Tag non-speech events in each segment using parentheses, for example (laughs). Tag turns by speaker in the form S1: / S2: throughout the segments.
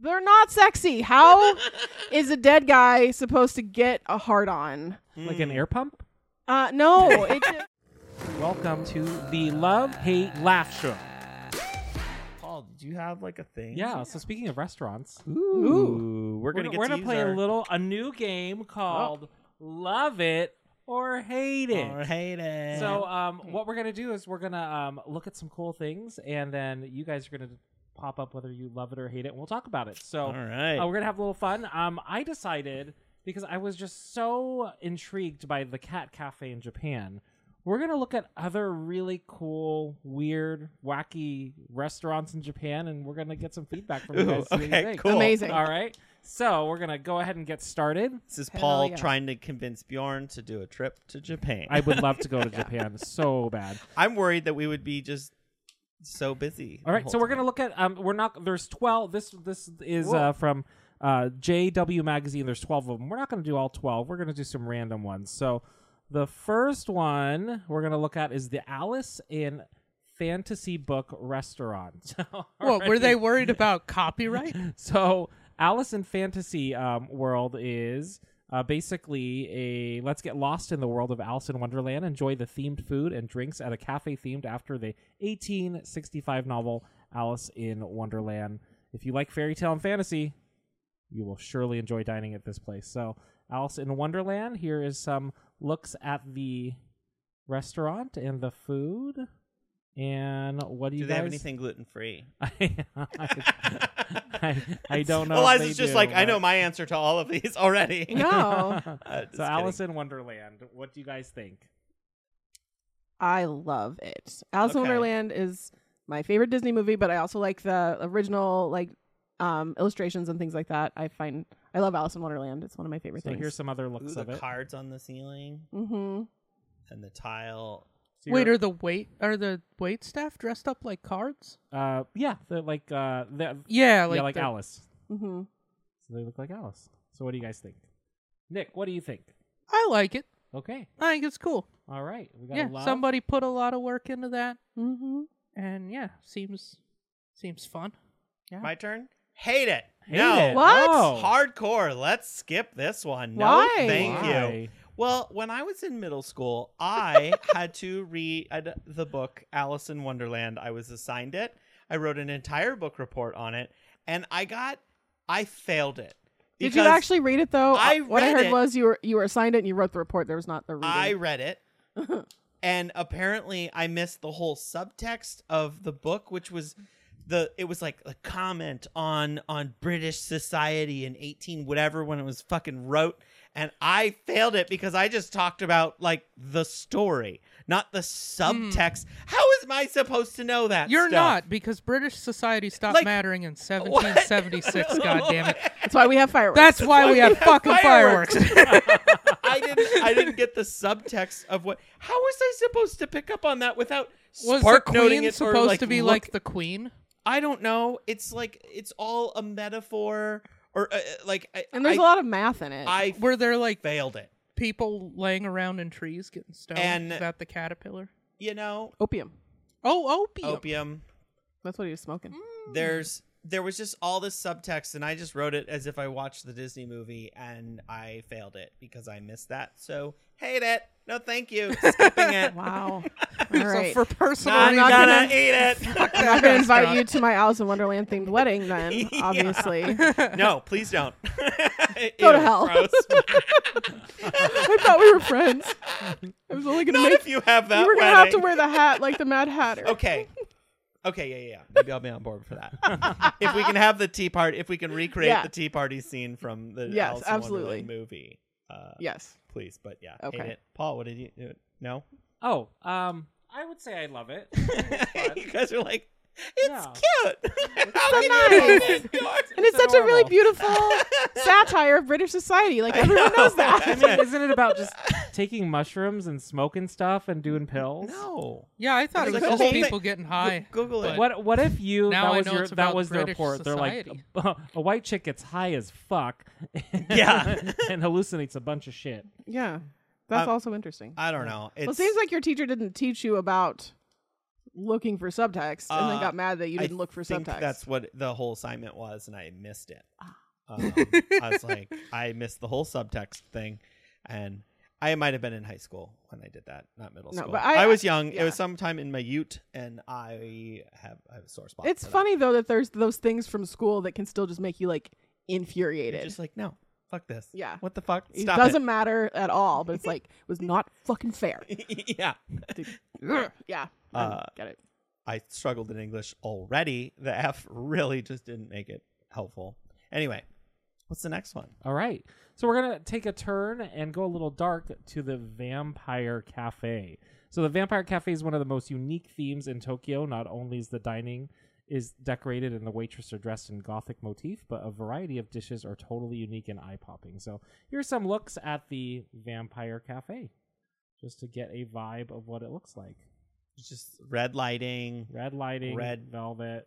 S1: they're not sexy.
S2: (laughs)
S1: How is a dead guy supposed to get a hard on?
S3: Like
S2: Hmm.
S3: an air pump?
S1: Uh, no,
S2: (laughs)
S1: it just,
S3: Welcome to the Love Hate Laugh Show.
S2: Paul, did you have like a thing?
S3: Yeah, so speaking of restaurants,
S2: Ooh. We're gonna
S3: we're,
S2: get
S3: we're
S2: to
S3: gonna
S2: use
S3: play
S2: our- Oh.
S3: a little a new game called Love It or Hate It.
S2: Or hate it.
S3: So um, what we're gonna do is we're gonna um, look at some cool things, and then you guys are gonna pop up whether you love it or hate it, and we'll talk about it. So
S2: all right.
S3: uh, we're gonna have a little fun. Um, I decided because I was just so intrigued by the cat cafe in Japan. We're gonna look at other really cool, weird, wacky restaurants in Japan, and we're gonna get some feedback from you
S2: Ooh,
S3: guys. see what you
S2: okay,
S3: think.
S2: cool.
S1: Amazing.
S3: All right, so we're gonna go ahead and get started.
S2: This is
S1: Hell
S2: Paul
S1: yeah.
S2: trying to convince Bjorn to do a trip to Japan.
S3: I would love to go to Japan so bad.
S2: (laughs) I'm worried that we would be just so busy. the
S3: All right,
S2: whole
S3: so we're
S2: time.
S3: gonna look at um, we're not there's twelve. This this is
S2: Whoa.
S3: uh, from uh, JW magazine. There's twelve of them. We're not gonna do all twelve. We're gonna do some random ones. So the first one we're gonna look at is the Alice in Fantasy Book Restaurant. (laughs) All
S4: What were
S3: right.
S4: they worried about copyright?
S3: (laughs) So Alice in Fantasy um, World is uh, basically a let's get lost in the world of Alice in Wonderland, enjoy the themed food and drinks at a cafe themed after the 1865 novel Alice in Wonderland. If you like fairy tale and fantasy, you will surely enjoy dining at this place. So Alice in Wonderland. Here is some looks at the restaurant and the food. And what do,
S2: Do
S3: you
S2: they
S3: guys
S2: have anything gluten free?
S3: (laughs) I, (laughs) I, I don't know. if
S2: Eliza's
S3: they
S2: just
S3: do,
S2: like, I
S3: but-
S2: know my answer to all of these (laughs) already.
S3: (laughs)
S1: no,
S2: Uh, just
S3: so
S2: kidding.
S3: Alice in Wonderland. What do you guys think?
S1: I love it. Alice in
S2: Okay.
S1: Wonderland is my favorite Disney movie, but I also like the original like um illustrations and things like that. I find I love Alice in Wonderland. It's one of my favorite
S3: So
S1: things.
S3: here's some other
S2: Ooh,
S3: looks
S2: the
S3: of it.
S2: cards on the ceiling
S1: mm-hmm.
S2: and the tile.
S3: So
S4: Wait,
S3: you're-
S4: are the wait are the wait staff dressed up like cards?
S3: uh, yeah, they're like uh, they're,
S4: Yeah, like,
S3: yeah, like
S4: the-
S3: Alice.
S1: Mm-hmm.
S3: So they look like Alice. So what do you guys think? Nick, what do you think?
S4: I like it.
S3: Okay,
S4: I think it's cool.
S3: all right, we got
S4: Yeah,
S3: a lot.
S4: somebody put a lot of work into that,
S1: Mm-hmm.
S4: and yeah, seems seems fun.
S2: My turn. Hate it.
S3: Hate
S2: no.
S3: it.
S1: What?
S3: Whoa.
S2: Hardcore. Let's skip this one. No,
S1: Why?
S2: thank you.
S3: Why?
S2: Well, when I was in middle school,
S1: (laughs)
S2: I had to read the book Alice in Wonderland. I was assigned it. I wrote an entire book report on it, and I got, I failed it.
S1: Did you
S2: Because
S1: actually read it though?
S2: I
S1: Uh, what I
S2: read
S1: heard
S2: it.
S1: was you were you were assigned it and you wrote the report. There was not the reading.
S2: I read it,
S4: (laughs)
S2: and apparently I missed the whole subtext of the book, which was the it was like a comment on on British society in eighteen whatever when it was fucking wrote, and I failed it because I just talked about like the story, not the subtext. How is I supposed to know that?
S4: Hmm. You're
S2: stuff?
S4: not because British society stopped
S2: Like-
S4: mattering in
S2: (laughs)
S4: 1776. God damn it!
S1: That's why we have fireworks.
S4: That's why we have fucking
S2: Fireworks.
S4: fireworks. (laughs)
S2: I didn't. I didn't get the subtext of what. How was I supposed to pick up on that without
S4: Was the
S2: spark noting
S4: queen
S2: it or,
S4: supposed to be
S2: look
S4: like the queen?
S2: I don't know. It's like it's all a metaphor, or uh, uh, like I,
S1: and there's
S2: I,
S1: a lot of math in it.
S2: I
S4: Were there like
S2: failed it.
S4: people laying around in trees getting stoned?
S2: And-
S4: Is that the caterpillar?
S2: You know,
S1: Opium.
S4: Oh, opium.
S2: opium.
S1: That's what he was smoking.
S2: There's there was just all this subtext, and I just wrote it as if I watched the Disney movie, and I failed it because I missed that. So hate it. No, thank
S1: (laughs)
S2: you. Skipping it. (laughs)
S1: Wow. All right.
S4: (laughs) So for personal
S2: Not
S1: not
S2: gonna
S4: reasons, (laughs)
S1: gonna-
S2: eat it.
S1: I'm (laughs) not going to invite
S4: restaurant.
S1: you to my Alice in Wonderland themed wedding
S2: (laughs)
S1: then, obviously. (laughs)
S2: no, please don't. (laughs)
S1: Go to
S2: Ew,
S1: hell. (laughs)
S2: gross. (laughs)
S1: I thought we were friends. I was only going to
S2: Not
S1: make
S2: if you have that.
S1: you were
S2: wedding.
S1: gonna have to wear the hat like the Mad Hatter.
S2: Okay. Okay, yeah, yeah, yeah. Maybe I'll be on board for that. if we can have the tea party, if we can recreate
S1: Yeah.
S2: the tea party scene from the
S1: Yes,
S2: Alice in Wonderland
S1: absolutely.
S2: movie, uh,
S1: Yes.
S2: please. But yeah,
S1: Okay.
S2: hate it. Paul, what did you do? No,
S3: Oh, um, I would say I love
S4: (laughs)
S3: it.
S2: (laughs) you guys are like, it's
S3: Yeah.
S2: cute. (laughs) How
S3: (laughs)
S2: can you not
S1: (laughs) And it's, such a really
S3: adorable.
S1: beautiful
S2: (laughs)
S1: satire of British society. Like everyone knows that.
S3: I mean, isn't it about just taking mushrooms and smoking stuff and doing pills?
S2: No.
S4: Yeah, I thought it
S2: It's like
S4: was
S2: the
S4: just
S2: whole thing-
S4: people getting high.
S2: Google it.
S3: What what if you
S4: Now
S3: that
S4: I
S3: was
S4: know
S3: your
S4: it's
S3: that
S4: about
S3: was their
S4: British
S3: report?
S4: society.
S3: They're like (laughs) a white chick gets high as
S4: (laughs)
S3: fuck,
S2: Yeah.
S3: (laughs) and hallucinates a bunch of shit.
S1: (laughs) yeah. That's
S2: Um,
S1: also interesting.
S2: I don't know. uh, It's,
S1: well, it seems like your teacher didn't teach you about looking for subtext and then
S2: Uh,
S1: got mad that you didn't
S2: I
S1: look for
S2: think
S1: subtext.
S2: That's what the whole assignment was, and I missed it.
S1: Ah.
S2: Um, I
S1: (laughs)
S2: was like, I missed the whole subtext thing, and I might have been in high school when I did that, not middle
S1: No,
S2: school.
S1: but I-
S2: was young. It
S1: yeah.
S2: was sometime in my Ute, and I have I have a sore spot.
S1: it's
S2: for that.
S1: funny though that there's those things from school that can still just make you like
S2: You're
S1: infuriated.
S2: just like, no, fuck this.
S1: Yeah.
S2: What the fuck?
S1: it
S2: Stop
S1: doesn't matter at all, but it's like it (laughs) was not fucking fair.
S2: it. (laughs) yeah.
S1: (laughs) yeah,
S2: Uh,
S1: I get it.
S2: I struggled in English already. The F really just didn't make it helpful. Anyway, what's the next one?
S3: All right. So we're going to take a turn and go a little dark to the Vampire Cafe. So the Vampire Cafe is one of the most unique themes in Tokyo. Not only is the dining is decorated and the waitress are dressed in gothic motif, but a variety of dishes are totally unique and eye-popping. So here's some looks at the Vampire Cafe just to get a vibe of what it looks like.
S2: It's just red lighting.
S3: Red lighting,
S2: Red.
S3: velvet,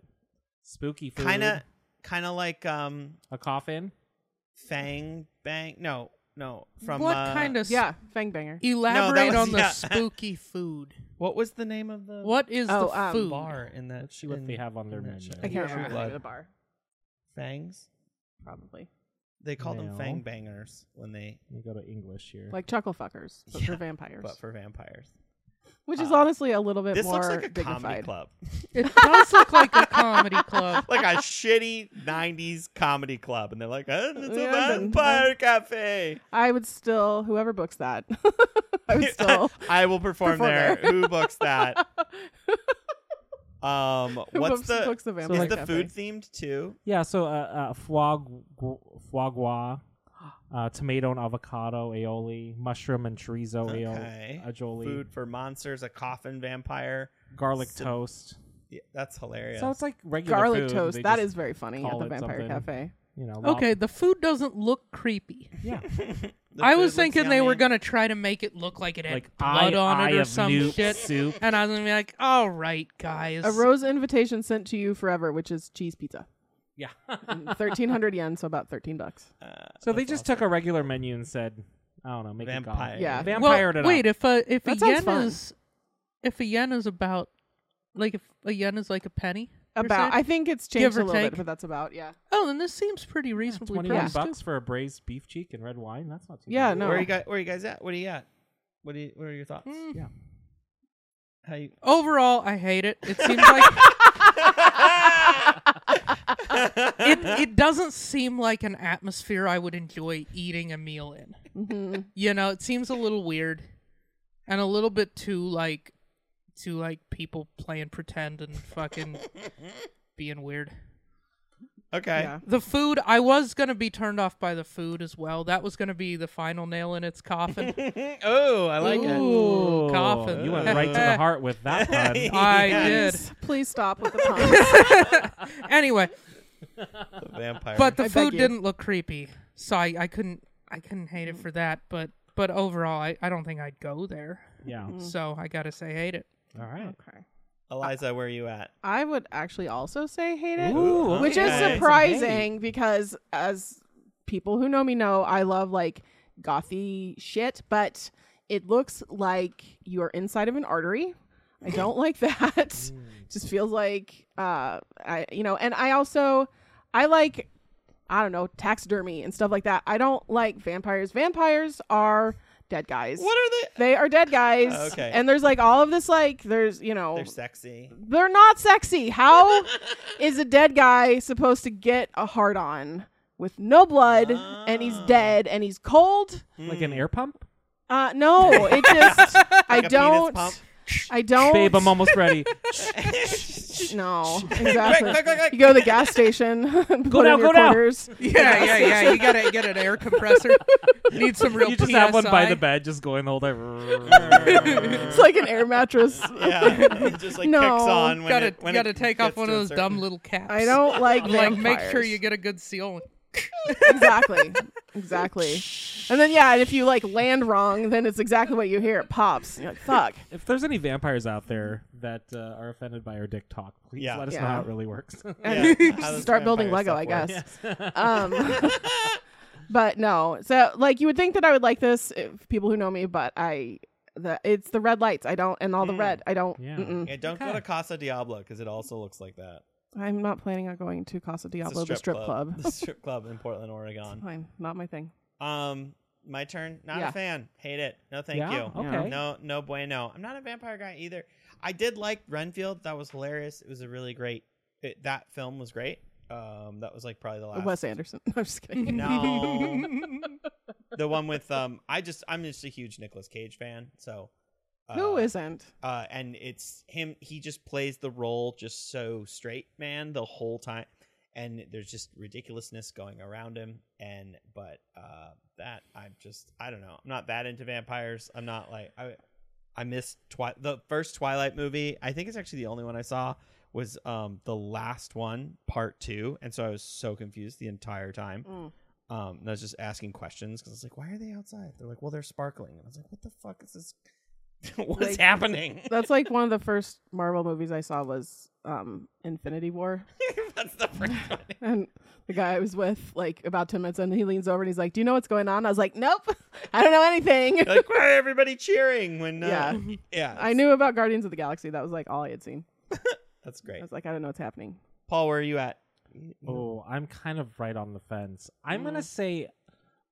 S3: spooky food,
S2: kind of kind of like um
S3: a coffin.
S2: fang bang no no from
S4: what
S2: uh,
S4: kind of
S1: Yeah, fang banger.
S4: Elaborate
S2: was-
S4: on the
S2: yeah. (laughs)
S4: spooky food.
S2: what was the name of the
S4: What is
S1: Oh,
S4: the
S1: um,
S4: food?
S2: bar in that
S3: Let's see what
S2: in-
S3: they have on their
S2: in that
S3: menu.
S2: show?
S1: I can't
S4: Yeah.
S1: remember the name
S2: Blood.
S1: of the bar.
S2: fangs
S1: Probably
S2: they called them
S3: No.
S2: fang bangers when they
S3: Let me go to English here.
S1: like chuckle fuckers, but for
S2: Yeah,
S1: vampires,
S2: but for vampires
S1: which is
S2: uh,
S1: honestly a little bit
S2: this
S1: more
S2: looks like a comedy
S1: dignified.
S2: club
S4: It does look like
S2: (laughs)
S4: a comedy club.
S1: (laughs)
S2: like a shitty 90s comedy club and they're like "Uh, it's a
S1: Yeah, but-
S2: vampire cafe
S1: I would still, whoever books that, (laughs)
S2: (laughs)
S1: I would still.
S2: I will perform,
S1: Perform
S2: there.
S1: there.
S2: who books
S1: (laughs)
S2: that um
S1: Who
S2: what's
S1: books,
S2: the
S1: books the
S2: is
S1: vampire
S2: the
S1: cafe?
S2: food themed too
S3: Yeah, so uh, uh, foie, gu- foie gras, uh, tomato and avocado aioli, mushroom and chorizo
S2: Okay.
S3: aioli, aioli
S2: food for monsters a coffin vampire
S3: garlic
S2: So-
S3: toast.
S2: yeah, that's hilarious
S3: So it's like regular
S1: garlic
S3: food,
S1: toast.
S3: they
S1: That
S3: just,
S1: is very funny at
S3: call
S1: the
S3: it
S1: Vampire
S3: something.
S1: Cafe.
S3: you know lop-
S4: Okay, the food doesn't look creepy.
S3: Yeah,
S2: (laughs) The
S4: I
S2: food
S4: was
S2: looks
S4: thinking they were
S2: yummy.
S4: gonna try to make it look like it had
S3: like
S4: blood
S3: eye,
S4: on
S3: eye
S4: it or
S3: of
S4: some
S3: Newt
S4: shit, (laughs)
S3: soup.
S4: and I was gonna be like, "All right, guys."
S1: A rose invitation sent to you forever, which is cheese (laughs) pizza.
S3: Yeah.
S1: Thirteen hundred yen, so about thirteen bucks.
S2: Uh,
S3: so they
S2: that's
S3: just
S2: awesome.
S3: took a regular menu and said, I don't know, make
S2: Vampire.
S3: it
S1: Yeah.
S3: gothic.
S4: well,
S3: vampired it
S4: wait,
S3: up.
S4: if a if
S1: That
S4: a
S1: sounds
S4: yen
S1: fun.
S4: is if a yen is about like if a yen is like a penny per
S1: About,
S4: se?
S1: I think it's
S4: Give
S1: changed
S4: or
S1: a little
S4: take.
S1: bit, but that's about yeah.
S4: oh, then this seems pretty reasonably
S3: Twenty-one
S4: priced.
S3: bucks for a braised beef cheek and red wine. That's not too
S1: Yeah,
S3: bad.
S1: no.
S2: Where you guys? Where you guys at? What do you at? What do you? What are your thoughts?
S4: too. Mm.
S3: Yeah.
S2: How you? (laughs)
S4: Overall, I hate it. It seems like (laughs) it it doesn't seem like an atmosphere I would enjoy eating a meal in.
S3: Mm-hmm.
S1: hmm
S4: you know it seems a little weird and a little bit too like too like people playing pretend and fucking being weird
S2: okay.
S1: Yeah.
S4: the food i was gonna be turned off by the food as well that was gonna be the final nail in its coffin
S2: (laughs) oh, I like it.
S4: Ooh,
S3: Ooh,
S4: coffin
S3: You went right to
S4: (laughs)
S3: the heart with that pun.
S2: (laughs)
S4: i did
S1: Please, please stop
S4: (laughs)
S1: with the puns.
S4: anyway
S2: The vampire.
S4: but the
S1: I beg
S4: food
S1: you.
S4: didn't look creepy so i, I couldn't i couldn't hate it for that but but overall i, I don't think i'd go there
S3: Yeah.
S4: so i gotta say hate it
S3: All right.
S1: okay.
S2: Eliza, where are you at?
S1: I would actually also say hate it,
S3: Ooh,
S1: which
S3: okay.
S1: is
S3: Some hate.
S1: surprising because as people who know me know, I love like gothy shit, but it looks like you are inside of an artery. I don't like that. Just feels like uh I you know, and I also I like I don't know, taxidermy and stuff like that. I don't like vampires. Vampires are dead guys.
S2: What are they?
S1: They are dead guys.
S2: (laughs) Okay.
S1: And there's like all of this like there's, you know,
S2: They're sexy.
S1: they're not sexy.
S2: (laughs)
S1: How is a dead guy supposed to get a hard on with no blood and he's
S2: Ah.
S1: dead and he's cold?
S3: Like an air pump?
S1: Uh no,
S2: (laughs)
S1: it just I
S2: Hmm. Like a penis
S1: don't
S4: (laughs)
S2: pump?
S1: I don't
S3: Babe, I'm almost ready.
S1: (laughs) No,
S2: Quick,
S1: exactly.
S2: quick, quick,
S1: (laughs)
S2: quick.
S1: You go to the gas station, (laughs) and put
S3: down,
S1: in your
S3: go down.
S1: quarters.
S4: yeah yeah yeah you gotta get an air compressor need some real
S3: you just have one by
S4: PSI.
S3: the bed, just going the whole time.
S1: It's like an air mattress.
S2: (laughs) yeah, it just like
S1: No.
S2: kicks on when
S4: gotta
S2: it when
S4: gotta
S2: it
S4: take off
S2: gets
S4: one
S2: to
S4: of
S2: a
S4: those
S2: certain-
S4: dumb little caps.
S1: I don't like
S4: like make sure
S1: vampires.
S4: you get a good seal.
S1: (laughs) exactly exactly and then yeah and if you like land wrong then it's exactly what you hear it pops you're like fuck
S3: (laughs) if there's any vampires out there that uh, are offended by our dick talk, please
S2: Yeah.
S3: let us know
S1: Yeah.
S3: how it really (laughs) works.
S2: Yeah, how does
S1: start building
S2: vampire
S1: lego
S2: stuff
S1: i
S2: work?
S1: guess um
S3: (laughs)
S1: but no so like you would think that i would like this if people who know me but i the it's the red lights. I don't and all the
S2: Mm.
S1: red. I don't.
S3: Yeah.
S1: mm-mm.
S2: Yeah, don't go
S3: Okay.
S2: to Casa Diablo because it also looks like that.
S1: I'm not planning on going to Casa
S2: It's a
S1: Diablo, the strip club.
S2: (laughs) The strip club in Portland, Oregon.
S1: Fine, not my thing.
S2: Um, my turn. Not
S1: Yeah.
S2: a fan. Hate it. No, thank
S3: Yeah?
S2: you.
S3: Okay.
S2: No, no bueno. I'm not a vampire guy either. I did like Renfield. That was hilarious. It was a really great. It, that film was great. Um, that was like probably the last.
S1: Wes Anderson. (laughs) I'm just kidding.
S4: (laughs)
S2: No, the one with um. I just I'm just a huge Nicolas Cage fan. So uh,
S1: Who isn't?
S2: uh, and it's him. He just plays the role just so straight man the whole time, and there's just ridiculousness going around him. And but uh, that I'm just I don't know. I'm not that into vampires. I'm not like I I missed twi- the first Twilight movie. I think it's actually the only one I saw was um the last one part two, and so I was so confused the entire time.
S1: Mm.
S2: Um, and I was just asking questions because I was like, "Why are they outside?" They're like, "Well, they're sparkling." And I was like, "What the fuck is this? (laughs) What's
S1: Like-
S2: happening?"
S1: That's like one of the first Marvel movies I saw was um Infinity War. (laughs)
S2: (laughs) That's the first one.
S1: And the guy I was with, like about 10 minutes in, he leans over and he's like, Do you know what's going on? I was like, Nope, (laughs) I don't know anything. (laughs)
S2: Like, why are everybody cheering when? Uh,
S1: Yeah.
S2: yeah, (laughs) yeah.
S1: I knew about Guardians of the Galaxy. That was like all I had seen.
S2: That's
S1: I
S2: great.
S1: was like, I don't know what's happening. (laughs)
S2: Paul, where are you at?
S3: Oh, I'm kind of right on the fence. I'm
S1: Mm.
S3: gonna say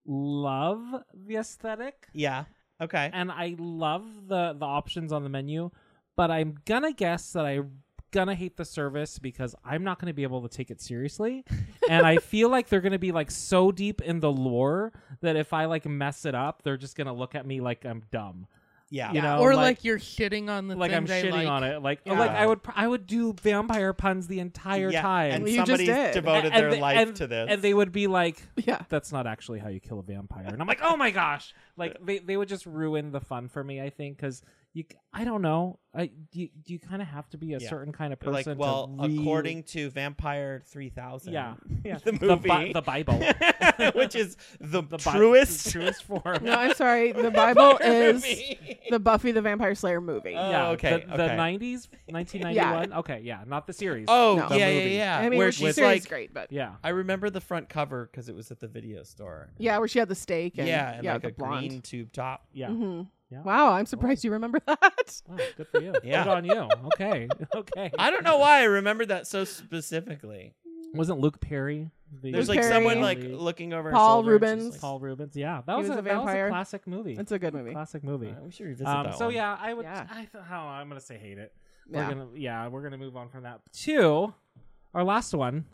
S3: love the aesthetic,
S2: Yeah. Okay.
S3: and I love the the options on the menu, but I'm gonna guess that I'm gonna hate the service because I'm not gonna be able to take it
S2: (laughs)
S3: seriously, and I feel like they're gonna be like so deep in the lore that if I like mess it up, they're just gonna look at me like I'm dumb.
S2: Yeah.
S3: You know,
S4: or like,
S3: like
S4: you're shitting on the
S3: like
S4: thing
S3: I'm
S4: they
S3: shitting
S4: like.
S3: on it. Like
S1: Yeah.
S3: like I would pr- I would do vampire puns the entire
S2: Yeah,
S3: time.
S2: And
S1: Well, you just
S2: somebody
S1: did.
S2: devoted
S3: And
S2: their
S3: they-
S2: life
S3: and-
S2: to this.
S3: and they would be like,
S1: Yeah.
S3: that's not actually how you kill a vampire. And I'm like, oh my gosh, like they, they would just ruin the fun for me. I think because you, I don't know, I you, you kind of have to be a
S2: Yeah.
S3: certain kind of
S2: They're
S3: person.
S2: like, well,
S3: to really-
S2: according to Vampire Three Thousand.
S3: yeah, yeah,
S2: The
S3: bi-
S2: movie.
S3: the Bible,
S2: (laughs) Which is the,
S3: the Bi-
S2: truest.
S3: the
S2: (laughs)
S3: truest form.
S1: No, I'm sorry. The Bible is
S2: movie.
S1: the Buffy the Vampire Slayer movie.
S2: Oh,
S3: yeah,
S2: okay,
S3: The, the
S2: okay.
S3: 90s, 1991. Okay, yeah, not the series.
S2: Oh
S1: No.
S3: the
S2: yeah, yeah,
S3: movie.
S2: yeah.
S1: I mean,
S2: where
S1: where she's
S2: she's
S1: series
S2: like,
S1: is great, but
S3: yeah.
S2: I remember the front cover because it was at the video store.
S1: yeah, where she had the steak and
S2: yeah, and
S1: yeah,
S2: like
S1: the
S2: a
S1: blonde.
S2: green tube top.
S3: Yeah.
S1: hmm
S3: Yeah.
S1: Wow, I'm surprised you remember (laughs) that.
S3: Wow, good for you.
S2: (laughs) Yeah.
S3: Good on you. Okay. (laughs) Okay.
S2: I don't know why I remembered that so specifically.
S3: Wasn't Luke Perry? The
S2: There's
S1: Luke
S2: like someone
S1: Perry.
S2: like looking over. her
S1: Paul
S2: shoulder and she's
S1: Rubens.
S2: like,
S3: Paul Rubens. Yeah, that
S1: He
S3: was,
S1: was
S3: a,
S1: a
S3: That was
S1: vampire.
S3: a classic movie.
S1: It's a good movie.
S3: classic movie.
S2: Uh, we should revisit
S3: Um,
S2: that
S3: so
S2: one.
S3: yeah, I would.
S1: Yeah.
S3: I, th- I don't know, I'm gonna say hate it.
S1: Yeah.
S3: We're gonna yeah, we're gonna move on from that. Two, our last one.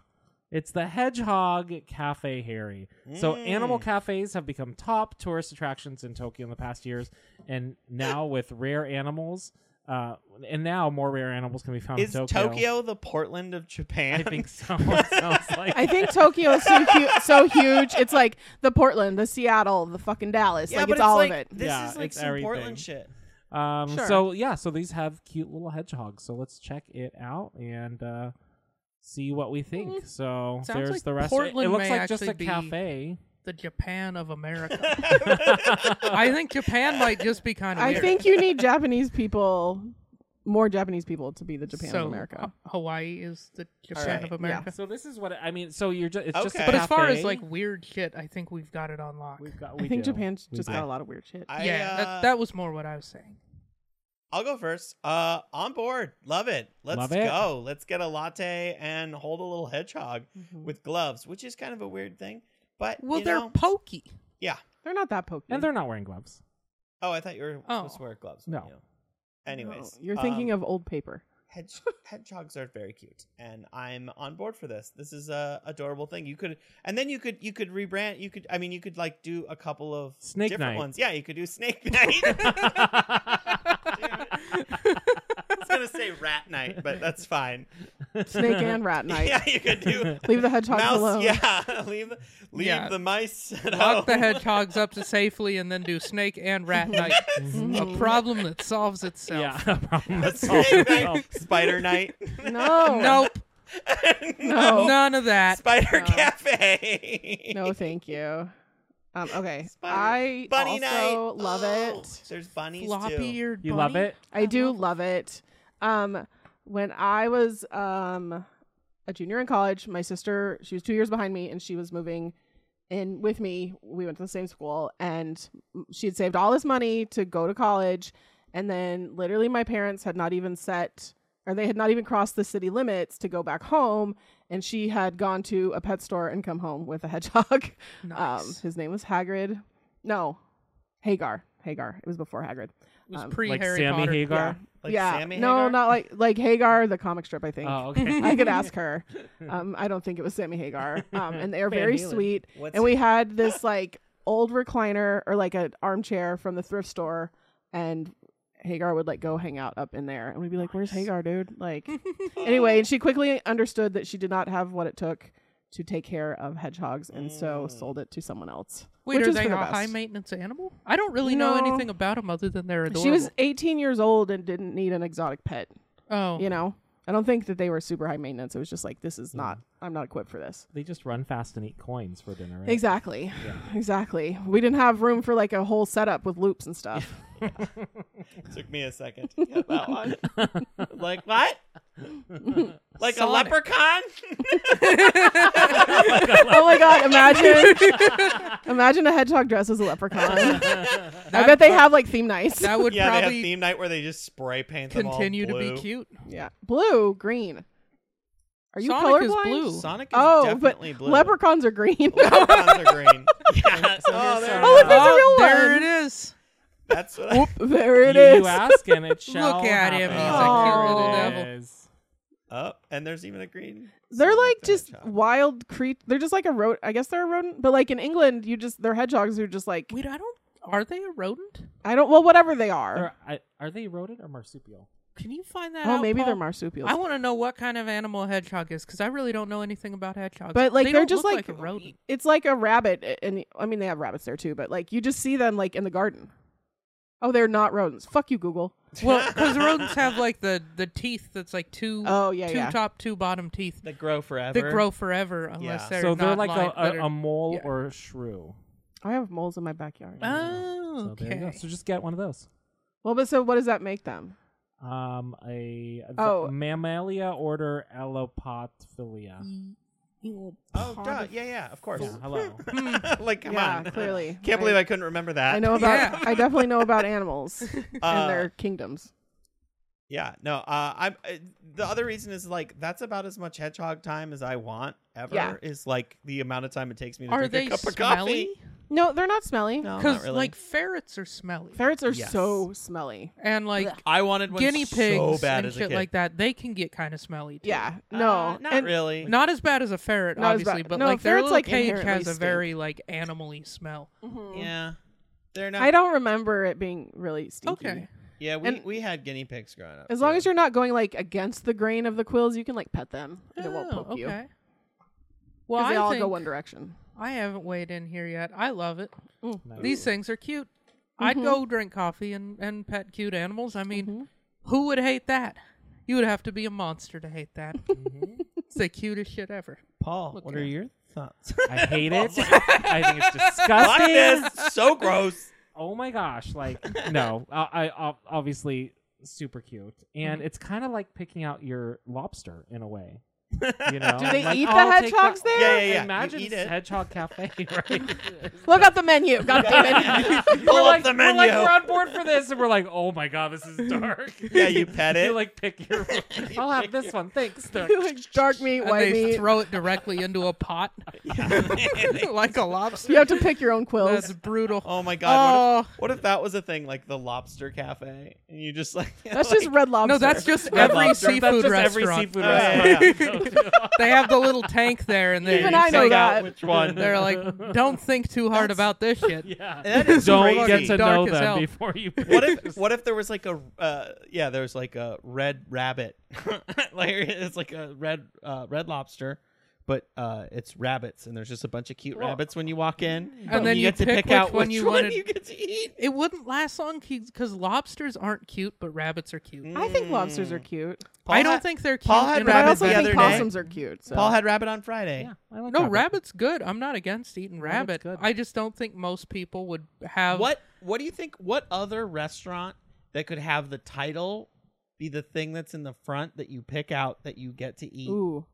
S3: It's the Hedgehog Cafe Harry. So
S1: Mm.
S3: animal cafes have become top tourist attractions in Tokyo in the past years, and now with rare animals, uh, and now more rare animals can be found
S2: Is
S3: in
S2: Tokyo.
S3: um, Tokyo.
S2: the Portland of Japan?
S1: (laughs)
S2: (laughs)
S3: I think so. It sounds like
S1: I think Tokyo is so, hu- so huge. It's like the Portland, the Seattle, the fucking Dallas.
S2: Yeah,
S1: like
S2: but
S1: it's all
S2: like,
S1: of it.
S2: This
S3: Yeah,
S2: is like
S3: it's
S2: some
S3: everything.
S2: Portland
S3: (laughs)
S2: shit. (laughs)
S3: Um,
S1: Sure.
S3: So yeah, so these have cute little hedgehogs. So let's check it out and uh, see what we think. So
S4: Sounds
S3: there's
S4: like
S3: the rest. it,
S4: Portland
S3: looks
S4: may
S3: like just a
S4: actually be-
S3: cafe.
S4: The Japan of America.
S2: (laughs)
S4: (laughs) I think Japan might just be kind of.
S1: I
S4: weird.
S1: think you need Japanese people, more Japanese people, to be the Japan
S4: so,
S1: of
S2: uh,
S1: America.
S4: H- Hawaii is the Japan
S2: right,
S4: of America.
S3: So this is what I mean. So you're just it's just a
S2: Okay.
S4: But as far as
S3: cafe.
S4: like weird shit, I think we've got it on lock.
S3: we've got,
S1: I
S3: we
S1: think
S3: do.
S1: Japan's
S3: We
S1: just
S3: do.
S1: got a lot of weird shit.
S2: I,
S4: yeah,
S2: uh,
S4: that, that was more what I was saying.
S2: I'll go first. Uh, on board. Love it. Let's
S3: Love it.
S2: go. Let's get a latte and hold a little hedgehog
S1: Mhm.
S2: with gloves, which is kind of a weird thing. But
S4: Well,
S2: you
S4: they're
S2: know-
S4: pokey.
S2: yeah.
S1: They're not that pokey.
S3: and they're not wearing
S4: (laughs)
S3: gloves. (laughs)
S2: Oh, I thought you were
S4: Oh.
S2: supposed to wear gloves.
S3: No.
S2: You know. Anyways,
S1: you're thinking
S2: um,
S1: of old
S2: (laughs)
S1: paper.
S2: hedge, hedgehogs are very cute, and I'm on board for this. This is a adorable thing. You could, and then you could, you could rebrand. You could, I mean, you could like do a couple of
S3: Snake
S2: different
S3: night.
S2: ones. Yeah, you could do snake night. (laughs) I was gonna say rat night, but that's fine. (laughs)
S1: Snake and rat night.
S2: Yeah, you could do
S1: (laughs) Leave the hedgehogs
S2: mouse.
S1: alone.
S2: Yeah, (laughs) leave, the- leave
S4: Yeah.
S2: the mice. At
S4: Lock the
S2: home. (laughs)
S4: hedgehogs up to safely and then do snake
S3: (laughs)
S4: and rat night.
S1: Mm-hmm.
S4: a problem that solves itself.
S3: yeah, (laughs) problem
S2: A
S3: with
S2: snake
S3: solved.
S2: night, spider night, (laughs)
S1: No.
S4: Nope.
S1: Oh. No.
S4: None of that.
S2: spider cafe.
S1: No, thank you. Um, okay.
S2: Spider-
S1: I
S2: bunny
S1: also
S2: night.
S1: love
S2: Oh,
S1: it.
S2: (gasps) There's bunnies
S4: Floppy
S2: too.
S4: eared.
S3: You love it?
S1: I do love it. Um, when I was um, a junior in college, my sister, she was two years behind me, and she was moving and with me we went to the same school and she had saved all this money to go to college and then literally my parents had not even set or they had not even crossed the city limits to go back home and she had gone to a pet store and come home with a hedgehog (laughs) um,
S4: Nice.
S1: his name was hagrid no hagar hagar it was before hagrid
S4: it was
S1: um,
S4: pre
S3: like
S4: Harry
S3: Sammy
S4: Potter.
S3: Hagar.
S2: Like
S1: yeah
S2: Sammy
S1: no
S2: Hagar?
S1: not like like hagar the comic strip i think
S3: Oh,
S4: (laughs)
S3: okay.
S1: (laughs) I could ask her. Um, I don't think it was Sammy Hagar. Um, and they are
S3: Van
S1: very
S3: Halen.
S1: sweet.
S2: What's-
S1: and we had this like old recliner or like an armchair from the thrift store, and Hagar would like go hang out up in there, and we'd be like, "Where's Hagar, dude?" Like, anyway, and she quickly understood that she did not have what it took to take care of hedgehogs, and so sold it to someone else.
S4: Wait,
S1: which
S4: are
S1: is
S4: they
S1: for the
S4: a
S1: best.
S4: high maintenance animal? I don't really know
S1: No.
S4: anything about them other than they're adorable.
S1: She was 18 years old and didn't need an exotic pet.
S4: oh,
S1: You know, I don't think that they were super high maintenance. It was just like, this is not. I'm not equipped for this.
S3: they just run fast and eat coins for dinner. Right?
S1: Exactly. (laughs) Exactly. We didn't have room for like a whole setup with loops and stuff. (laughs)
S2: Took me a second to get that one. like what? like a
S4: Sonic.
S2: leprechaun?
S1: oh my god, imagine (laughs) Imagine a hedgehog dressed as a leprechaun. I bet they have like theme nights.
S4: that
S2: (laughs)
S4: would
S2: yeah, they have
S4: probably
S2: theme night where they just spray paint them all
S4: continue to be
S2: blue.
S4: cute.
S1: (laughs) Yeah. Blue, green. Are you
S4: Sonic is
S1: colorblind?
S4: blue.
S2: Sonic is
S1: Oh, but
S2: definitely blue.
S1: leprechauns are green. (laughs)
S2: Leprechauns are green. (laughs) yeah. Oh, there
S1: Oh, look,
S2: it is.
S1: there's a real
S4: There
S1: one.
S4: it is.
S2: That's what I.
S1: there it
S3: you,
S1: is.
S3: you ask and it shall
S4: (laughs) Look at him,
S3: happen.
S1: he's a cute little
S3: There it
S4: devil.
S3: is.
S2: Oh, and there's even a green.
S1: They're
S2: Sonic
S1: like
S2: the
S1: just
S2: Hedgehog.
S1: wild cre They're just like a rodent. I guess they're a rodent, but like in England, you just they're hedgehogs who just like
S4: Wait, I don't. Are they a rodent?
S1: I don't well whatever they are.
S3: Are, I- are they rodent or marsupial?
S4: Can you find that out?
S1: Oh, maybe
S4: Paul?
S1: they're marsupials.
S4: I want to know what kind of animal a hedgehog is because I really don't know anything about hedgehogs.
S1: But, like,
S4: they
S1: they're
S4: don't
S1: just
S4: look
S1: like-
S4: a
S2: (laughs)
S4: rodent.
S1: it's like a rabbit a- and i mean they have rabbits there too but like you just see them like in the garden oh they're not rodents fuck you google
S4: Well,
S2: (laughs)
S4: because rodents have like the the teeth that's like two
S1: oh yeah
S4: two
S1: yeah
S4: top, two bottom teeth
S2: That grow forever.
S4: that grow forever unless
S2: Yeah.
S4: they're
S3: so they're
S4: not
S3: like a,
S4: live- that
S3: a,
S4: are-
S3: a mole
S4: yeah.
S3: or a shrew.
S1: i have moles in my backyard
S4: (laughs) Oh,
S3: So there you go.
S4: okay.
S3: So just get one of those.
S1: well but so what does that make them
S3: Um, a the
S1: Oh.
S3: Mammalia order Allopophilia.
S2: Oh, duh. Yeah, yeah. Of course.
S3: Yeah,
S1: (laughs)
S3: hello.
S2: (laughs) like, come
S1: yeah
S2: on.
S1: clearly
S2: (laughs) Can't
S1: I-
S2: believe I couldn't remember that.
S1: I know about.
S4: Yeah.
S1: I definitely know about animals
S2: Uh,
S1: and their kingdoms.
S2: Yeah, no. Uh, I'm. Uh, the other reason is like that's about as much hedgehog time as I want ever.
S1: Yeah.
S2: Is like the amount of time it takes me to
S4: Are
S2: drink
S4: they
S2: a cup of
S4: smelly?
S2: coffee.
S1: No, they're not smelly.
S2: No,
S4: Because
S2: not really.
S4: like ferrets are smelly,
S1: Ferrets are
S2: Yes.
S1: so smelly.
S4: and like
S2: I wanted one
S4: guinea pigs
S2: so bad
S4: and
S2: as a
S4: shit
S2: kid.
S4: like that, they can get kind of smelly. Too.
S1: Yeah,
S2: Uh,
S1: no,
S2: not
S1: and
S2: really.
S4: Not as bad as a ferret,
S1: Not as
S4: obviously,
S1: bad.
S4: but
S1: No,
S4: like their
S1: ferrets,
S4: little
S1: like,
S4: cage
S1: inherently
S4: has a
S1: stink.
S4: very like animally smell.
S2: Yeah, they're not.
S1: I don't remember it being really stinky.
S4: Okay.
S2: yeah, we
S1: and-
S2: we had guinea pigs growing up.
S1: As long
S2: too.
S1: as you're not going like against the grain of the quills, you can like pet them and it won't
S4: Oh,
S1: poke you.
S4: okay.
S1: 'Cause
S4: Well,
S1: they
S4: I
S1: all
S4: think
S1: go one
S4: (laughs)
S1: direction.
S4: I haven't weighed in here yet. I love it.
S3: Nice.
S4: These things are cute. I'd go
S1: Mm-hmm.
S4: drink coffee and, and pet cute animals. I mean, who would hate that? You would have to be a monster to hate that.
S3: Mm-hmm.
S1: (laughs)
S4: it's the cutest shit ever.
S2: Paul, what are
S4: at-
S2: your thoughts?
S3: I hate it. I think it's disgusting.
S2: this so gross.
S3: Oh my gosh! Like no, I, I ob- obviously super cute, and it's kind of like picking out your lobster in a way.
S1: (laughs)
S3: You know,
S1: Do they
S3: Like,
S1: eat the
S3: I'll take
S1: hedgehogs
S3: the-
S1: there?
S2: Yeah, yeah, yeah. You
S3: Imagine
S2: eat it.
S3: hedgehog cafe, (laughs) right?
S2: (laughs)
S1: Look at the
S4: (laughs)
S1: menu. God damn it.
S2: Pull
S3: we're
S2: up
S3: like,
S2: the
S3: we're
S2: menu.
S3: like, we're on board for this, and we're like, oh my god, this
S2: (laughs)
S3: is dark. (laughs)
S2: Yeah, you
S4: (laughs)
S2: pet
S3: You
S2: it.
S3: like
S2: (laughs)
S3: pick your. (laughs) I'll have this one. Thanks.
S1: (laughs) Like, Dark meat,
S4: And
S1: white
S4: they
S1: meat.
S4: throw it directly into
S3: (laughs)
S4: a pot (laughs) like a
S1: (laughs)
S4: lobster.
S1: you have to pick your own quills.
S4: That's brutal.
S2: (laughs) oh my god. What,
S4: Oh.
S2: if, what if that was a thing like the lobster cafe, and you just like (laughs)
S1: That's
S2: like-
S1: just red lobster.
S4: No, that's just
S3: Red
S4: every
S3: Lobster. That's
S4: seafood
S3: just every
S4: restaurant.
S3: seafood
S2: Oh, (laughs) yeah,
S3: restaurant. (laughs)
S4: They have the little tank there,
S1: (laughs)
S4: and they
S1: Even
S2: you
S1: I know
S2: pick out
S1: that.
S2: which one.
S4: (laughs) they're like, "Don't think too hard about this shit."
S3: Yeah.
S2: That is
S3: Don't
S2: crazy.
S3: get to
S4: Dark
S3: know
S4: as
S3: them
S4: hell.
S3: before you.
S2: what if what if there was like a uh, yeah there was like a red rabbit (laughs) like it's like a red uh, red lobster but uh, it's rabbits and there's just a bunch of cute rabbits when you walk in
S4: And then you
S2: get to
S4: pick
S2: pick
S4: which
S2: out
S4: one
S2: which
S4: you
S2: one
S4: wanted.
S2: you get to eat
S4: It wouldn't last long because lobsters aren't cute, but rabbits are cute.
S1: I think lobsters are cute.
S4: I
S2: Mm, Paul
S4: don't
S2: had-
S4: think they're cute.
S2: Paul had
S4: in
S1: But I
S2: rabbits
S1: also
S4: rabbit
S2: the
S4: bed.
S1: think
S2: other day.
S1: possums are cute. So.
S2: (laughs) Paul had rabbit on Friday
S3: Yeah, I like
S4: No,
S3: rabbit.
S4: rabbit's good. I'm not against eating
S3: Rabbit's
S4: rabbit.
S3: good.
S4: I just don't think most people would have
S2: what what do you think what other restaurant that could have the title be the thing that's in the front that you pick out that you get to eat
S1: Ooh.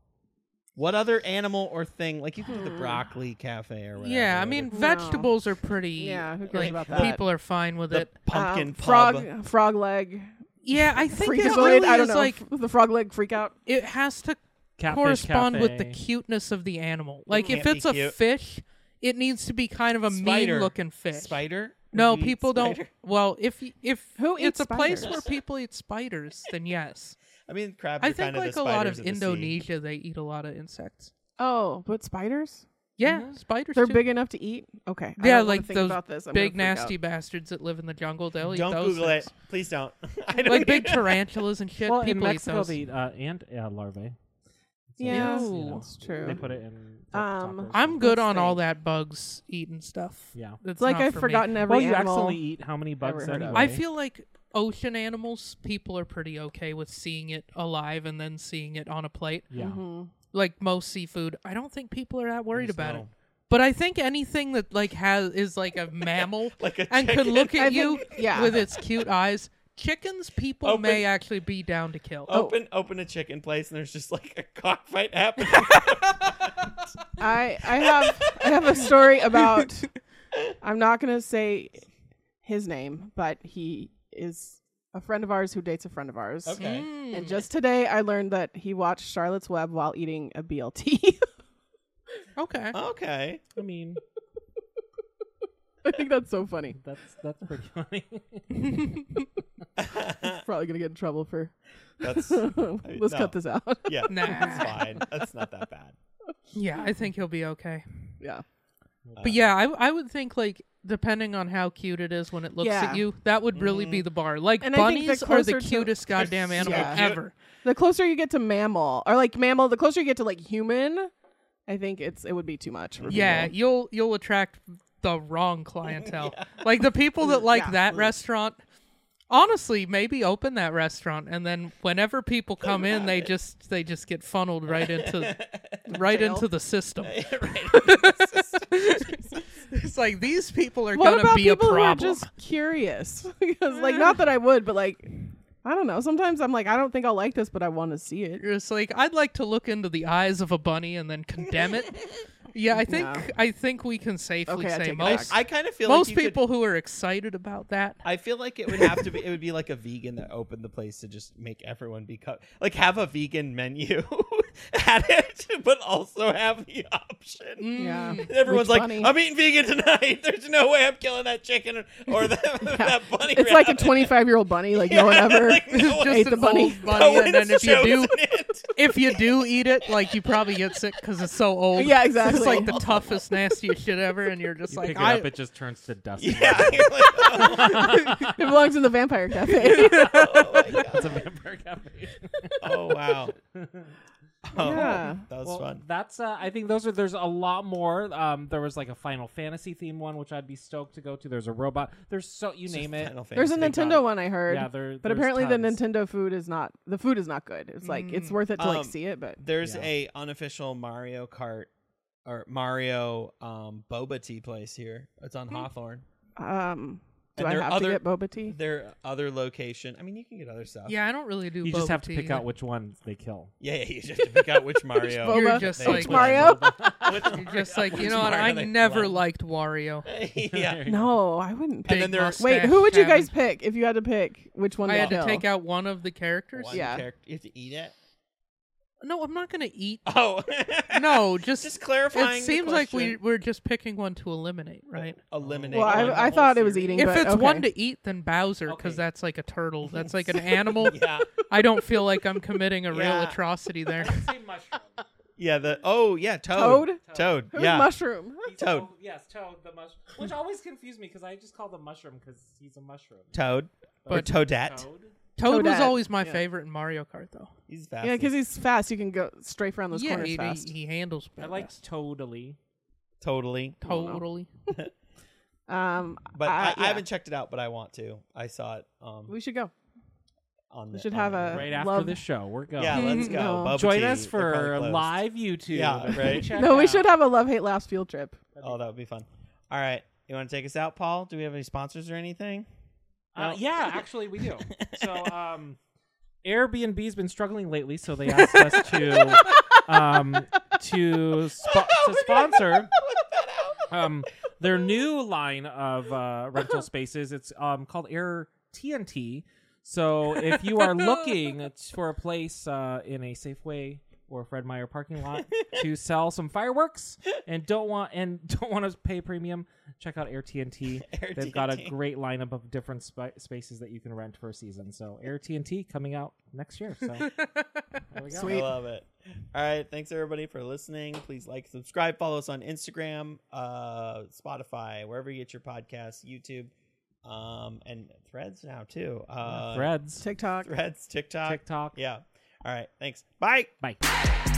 S2: What other animal or thing? Like you can do the broccoli cafe or whatever.
S4: yeah, I mean vegetables are pretty.
S1: Yeah, who cares
S4: like,
S1: about that?
S4: People are fine with
S2: the
S4: it.
S2: pumpkin
S1: Um,
S2: pub.
S1: frog, frog leg,
S4: Yeah, I think it
S1: freakazoid.
S4: really
S1: I don't
S4: is
S1: know.
S4: like
S1: the frog leg freak out.
S4: it has to
S3: Catfish
S4: correspond with the
S3: Cafe.
S4: cuteness of the animal. Like if
S2: can't be
S4: it's a
S2: cute.
S4: fish, it needs to be kind of a
S2: Spider.
S4: mean-looking fish.
S2: Spider.
S4: No,
S2: Would you eat
S4: people don't.
S2: spider?
S4: (laughs) Well, if y- if
S1: Who eats
S4: it's a place
S1: spiders?
S4: where people eat spiders, then yes.
S2: I mean, crabs.
S4: I
S2: are
S4: think
S2: kind of
S4: like
S2: the
S4: a lot
S2: spiders
S4: of
S2: the sea.
S4: Indonesia, they eat a lot of insects.
S1: Oh, but spiders?
S4: Yeah, spiders.
S1: They're
S4: too.
S1: big enough to eat. Okay. I
S4: Yeah,
S1: don't wanna
S4: like
S1: think
S4: those
S1: about this. I'm
S4: big
S1: gonna freak
S4: nasty
S1: out.
S4: bastards that live in the jungle. They'll eat
S2: Don't
S4: those.
S2: Google
S4: things.
S2: it, please don't. (laughs) I don't
S4: Like big
S2: even-
S4: tarantulas and shit.
S3: Well, in
S4: people
S3: Mexico,
S4: eat those.
S3: they eat uh, ant uh, larvae. So,
S1: Yeah,
S3: you know,
S1: that's true.
S3: They put it in.
S1: Um,
S3: tacos.
S4: I'm good
S1: Those
S4: on all that bugs eating stuff.
S3: Yeah. Well,
S4: That's
S1: It's like
S4: not
S1: I've
S4: for me.
S1: forgotten every
S3: you
S1: animal.
S3: accidentally eat how many
S1: Never
S3: bugs
S1: heard of
S3: anyway?
S1: it.
S4: I feel like ocean animals, people are pretty okay with seeing it alive and then seeing it on a plate.
S3: Yeah.
S1: Mhm.
S4: Like most seafood, I don't think people are that worried
S2: There's
S4: about
S2: no-
S4: it. But I think anything that like has is
S2: (laughs)
S4: like a mammal
S2: Like a
S4: and could
S2: chicken.
S4: look
S1: I
S4: at you
S1: think- yeah.
S4: with its cute eyes. Chickens, people
S2: Open-
S4: may actually be down to kill.
S2: Open open a chicken place and there's just like a cockfight
S4: (laughs)
S2: happening.
S1: I I have I have a
S4: (laughs)
S1: story about I'm not going to say his name, but he is a friend of ours who dates a friend of ours.
S2: okay.
S4: Mm.
S1: And just today I learned that he watched Charlotte's Web while eating a BLT.
S4: okay.
S1: uh,
S2: Okay.
S3: I mean,
S1: (laughs) I think that's so funny.
S3: that's that's pretty (laughs) funny.
S1: Probably going to get in trouble for (laughs)
S2: That's
S1: Let's
S2: no.
S1: cut this out. (laughs)
S2: yeah. That's
S4: (laughs) Nah.
S2: fine. That's not that bad.
S4: (laughs) Yeah, I think he'll be okay.
S1: yeah.
S2: Uh,
S4: But yeah, I I would think like depending on how cute it is when it looks
S1: Yeah.
S4: at you, that would really
S2: Mm.
S4: be the bar. Like
S1: And I think the
S4: bunnies are the
S1: closer to-
S4: cutest goddamn animal
S1: Yeah.
S4: ever.
S1: The closer you get to mammal or like mammal, the closer you get to like human, I think it's it would be too much. for
S4: Yeah,
S1: people.
S4: you'll you'll attract the wrong
S2: (laughs)
S4: clientele. Like the people that like
S1: Yeah.
S4: that restaurant. Honestly, maybe open that restaurant and then whenever people come
S2: (laughs)
S4: in, they just they just get funneled right into right
S1: Jail.
S4: into
S2: (laughs)
S4: the system. it's like these people are
S1: What
S4: going to
S1: about
S4: be a
S1: people who are
S4: problem.
S1: just curious? (laughs) because like not that I would, but like I don't know. Sometimes I'm like I don't think I'll like this, but I want to see it.
S4: You're just like, I'd like to look into the eyes of a bunny and then
S2: (laughs)
S4: condemn it. yeah, I think
S1: No.
S4: I think we can safely
S1: Okay, I
S4: say
S1: take it
S4: most
S2: I kind of feel
S4: most
S2: like you could-
S4: people who are excited
S2: (laughs)
S4: about that.
S2: I feel like it would have to be. It would be like a vegan that opened the place to just make everyone be co- like have a vegan menu (laughs) at it, but also have the
S3: Mm.
S2: option.
S1: Yeah. Which
S2: Everyone's like,
S1: bunny?
S2: "I'm eating vegan tonight. (laughs) There's no way I'm killing that chicken or- or that, (laughs) that bunny."
S1: It's like a
S2: rabbit." (laughs)
S1: 25 year old bunny. Like no one ever
S2: like, no
S1: ate
S2: one-
S4: Just
S1: the
S2: (laughs)
S4: an
S1: bunny.
S4: old
S2: No
S4: bunny,
S2: one
S4: and then
S2: has
S4: if you do,
S2: chosen it. (laughs)
S4: if you do eat it, like you probably get sick because it's so old.
S1: Yeah, exactly.
S4: It's like the toughest, nastiest shit ever, and you're just
S3: you
S4: like,
S3: pick
S4: I,
S3: it up, it just turns to dust. (laughs)
S2: yeah, you're like, oh,
S1: (laughs) It belongs in the vampire cafe.
S2: oh (laughs) my God.
S3: It's a vampire cafe.
S1: (laughs)
S2: Oh, wow, oh,
S1: Yeah.
S2: that was
S3: Well,
S2: fun.
S3: that's uh, I think those are there's a lot more. Um, there was like a Final Fantasy theme one, which I'd be stoked to go to. There's a robot. There's so you name it.
S2: Final
S1: There's a
S2: Fantasy.
S1: Nintendo one I heard.
S3: Yeah, there-
S1: but
S3: there's
S1: apparently the
S3: tons.
S1: Nintendo food is not the food is not good. It's like it's worth it to
S2: Um,
S1: like see it, but
S2: There's
S3: Yeah.
S2: a unofficial Mario Kart or Mario um, boba tea place here. It's on
S1: Hmm.
S2: Hawthorne.
S1: um do
S2: and
S1: I
S2: there are
S1: have
S2: other-
S1: to get boba tea?
S2: Their other location. I mean, you can get other stuff.
S4: yeah, I don't really do.
S3: You just
S4: boba
S3: have to
S4: tea
S3: pick
S4: either.
S3: out which ones they kill.
S2: yeah, yeah. You just have to pick
S1: (laughs)
S2: out which Mario. (laughs)
S1: Which
S4: You're
S1: boba.
S4: just
S2: they-
S4: like,
S1: Which Mario?
S2: which
S4: (laughs) you're
S3: (laughs)
S4: just like, you know what?
S2: Mario
S4: I
S2: they
S4: never
S2: play.
S4: liked Wario.
S2: (laughs) yeah.
S1: No, I
S4: (laughs)
S1: wouldn't
S2: And
S1: pick.
S2: then
S4: Big
S2: there are-
S4: mustache
S1: Wait, who would you guys
S4: having-
S1: pick if you had to pick which one
S4: I
S1: to
S4: had to
S1: kill?
S4: take out one of the characters.
S2: One
S1: Yeah.
S2: character. You have to
S1: (laughs)
S2: eat it.
S4: No, I'm not gonna
S3: (laughs)
S4: eat.
S2: Oh.
S4: No, just,
S2: Just clarifying.
S4: It
S2: the
S4: seems like we
S2: question.
S4: we're just picking one to eliminate, right?
S2: (laughs) eliminate.
S1: Well,
S2: one, the
S1: I, I
S2: whole
S1: thought it was
S2: series.
S1: eating.
S4: If
S1: but
S4: it's
S1: okay.
S4: one to eat, then Bowser, because
S3: Okay.
S4: that's like a turtle. That's
S3: (laughs)
S4: like an animal.
S2: (laughs) Yeah.
S4: I don't feel like I'm committing a real
S2: Yeah.
S4: atrocity
S3: (laughs)
S4: there.
S3: Say
S2: (laughs)
S3: mushroom.
S2: Yeah. The oh yeah. Toad.
S1: Toad?
S2: Toad.
S1: Who's
S2: yeah.
S1: mushroom? (laughs)
S2: Toad.
S3: Oh, yes, toad. The mushroom, which always confused me because I just call the mushroom because he's a mushroom.
S2: Toad. or
S4: But-
S2: Toadette.
S3: Toad.
S4: Toad was
S1: Toadette.
S4: always my
S1: Yeah.
S4: favorite in Mario Kart, though.
S2: He's fast.
S1: Yeah, because he's fast. You can go strafe around those
S4: yeah,
S1: corners
S4: he,
S1: fast.
S4: he, he handles. me
S3: I like
S4: best.
S3: totally.
S2: totally.
S4: totally.
S1: um,
S2: But
S1: uh,
S2: I,
S1: yeah.
S2: I haven't checked it out, but I want to. I saw it um,
S1: We should go. we
S2: on. the-
S1: should
S2: on
S1: have
S2: the-
S1: a-
S3: Right after
S1: Love-
S3: this show, we're going.
S2: Uh, Yeah,
S3: (laughs)
S2: let's go.
S1: No.
S2: Bubba
S3: Join
S2: tea.
S3: us
S2: They're probably
S3: for
S2: closed.
S3: live YouTube.
S2: Yeah,
S3: that you
S2: right.
S3: check
S1: No, we
S3: out.
S1: should have a love hate laughs field trip.
S2: (laughs) Oh, that would be fun. All right, you want to take us out, Paul? Do we have any sponsors or anything? (laughs)
S3: Uh, yeah, actually, we do. So, um, Airbnb's been struggling lately, so they asked us to um, to, spo- to sponsor um, their new line of uh, rental spaces. It's um, called Air TNT. So if you are looking for a place uh, in a Safeway or Fred Meyer parking lot to sell some fireworks and don't want and (laughs) don't want to pay premium, check out Air TNT.
S2: Air
S3: They've got a
S2: TNT.
S3: great lineup of different spa spaces that you can rent for a season. So Air TNT coming out next year. So there we go.
S1: Sweet.
S2: I love it. All right. Thanks everybody for listening. Please like, subscribe, follow us on Instagram, uh, Spotify, wherever you get your podcasts, YouTube, um, and threads now too. Uh
S3: Threads,
S1: TikTok.
S2: threads, TikTok.
S3: TikTok.
S2: Yeah. All right. Thanks. Bye.
S3: Bye.